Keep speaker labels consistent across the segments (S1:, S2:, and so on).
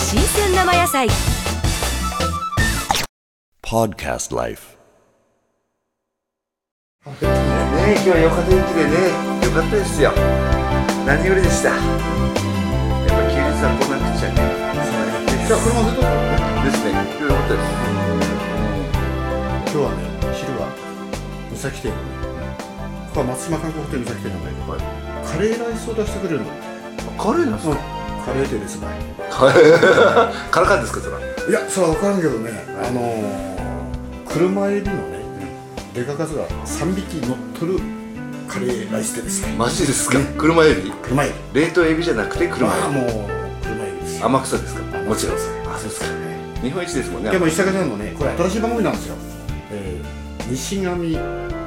S1: 生野菜
S2: Podcast Life.
S3: ね今日はよかった天気でねよかったですよ何よりでしたやっぱ休日は来なくちゃねすまないです
S4: じゃあ車ずっと今
S3: ですね今日よかったです
S4: 日はね昼は三崎店ここは松島観光ホテル三崎店なんだけど、カレーライスを出してくれるの、
S3: カレーなん です
S4: カレー店ですばい
S3: かカラカンですかそれ
S4: いやそれは分からんけどね、あのー、車エビのねデカ数が3匹乗っとるカレーライス店ですね
S3: マジですか車エビ
S4: 車エビ
S3: 冷凍エビじゃなくて車
S4: まあ
S3: エ
S4: もう車エビです
S3: ビ
S4: よ
S3: 天草ですかもちろん
S4: 天草
S3: あそうですか日本一ですもんね
S4: でも石坂さんのねこれ新しい番組なんですよ、えー、西上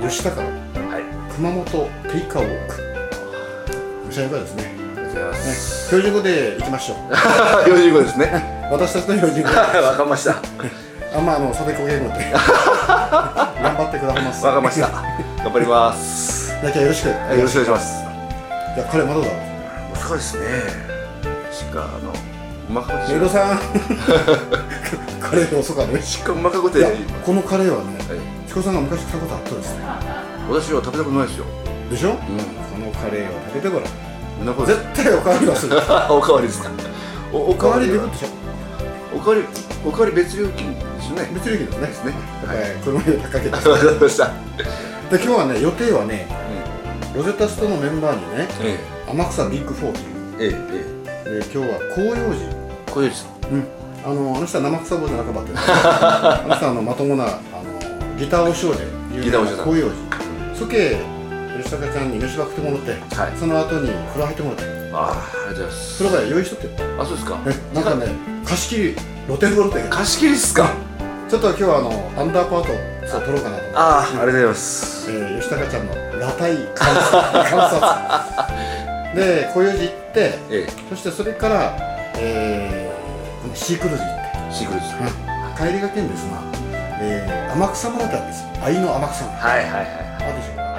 S4: 吉高の
S3: はい
S4: 熊本テイカーウォーク面白いですね
S3: ありがとうございま
S4: ね
S3: す
S4: 標準語で行きましょう
S3: 45ですね
S4: 私たちの標準語あ
S3: わかりましたわ
S4: んまああのサベコゲーム で頑張ってくださいます
S3: かりました
S4: じ
S3: 頑張ります
S4: ゃあ今日はよろしく
S3: はいよろしくお願いします
S4: いや彼まだだろ
S3: そうですねしかあのうまか
S4: メイドさん カレー遅かったね
S3: しかうまかこ
S4: い
S3: て
S4: やこのカレーはね
S3: はい
S4: チコさんが昔来たことあったんですね
S3: 私は食べたくないですよ。
S4: でしょ、
S3: うん。
S4: このカレーを食べてごらん
S3: そんなこと。
S4: 絶対おかわりはす る
S3: おかわりですか。おお
S4: お
S3: か
S4: か
S3: わ
S4: わり
S3: り
S4: で
S3: で
S4: るでしょ
S3: おかわりおかわり別料金ですね。
S4: 別にいいけどね
S3: ですね。は。
S4: はいい、この上高けです
S3: わかりました。
S4: で今日はね予定はねロゼタストのメンバーにね
S3: え
S4: 天草ビッグフォーと
S3: ええええ
S4: いうで今日は紅葉寺
S3: え。小林さん。
S4: うん、あのあの人は生臭坊主の仲間って あの人はあのまともなあのギターお師匠で有
S3: ギターお師匠
S4: な
S3: さん
S4: 紅葉寺そけ吉坂ちゃんに飯ば食ってもらって、
S3: はい
S4: その後に風呂入ってもらって
S3: ああ、ありがとうございます。
S4: それから用意しとって
S3: あ、そうですか。
S4: えなんかね貸し切り露天風呂って
S3: 貸し切りですか。
S4: ちょっと今日はあのアンダーパートを取ろうかなと、
S3: ああ、ありがとうございます。
S4: えー、吉高ちゃんの裸体観察観察 で紅葉寺行って
S3: え
S4: そしてそれから、えー、このシークルーズ行って
S3: え、シークルです。はい
S4: 帰りがけんですな、えー、天草村ってあるんですよ愛の天草村
S3: はいはいはい。
S4: あるでしょ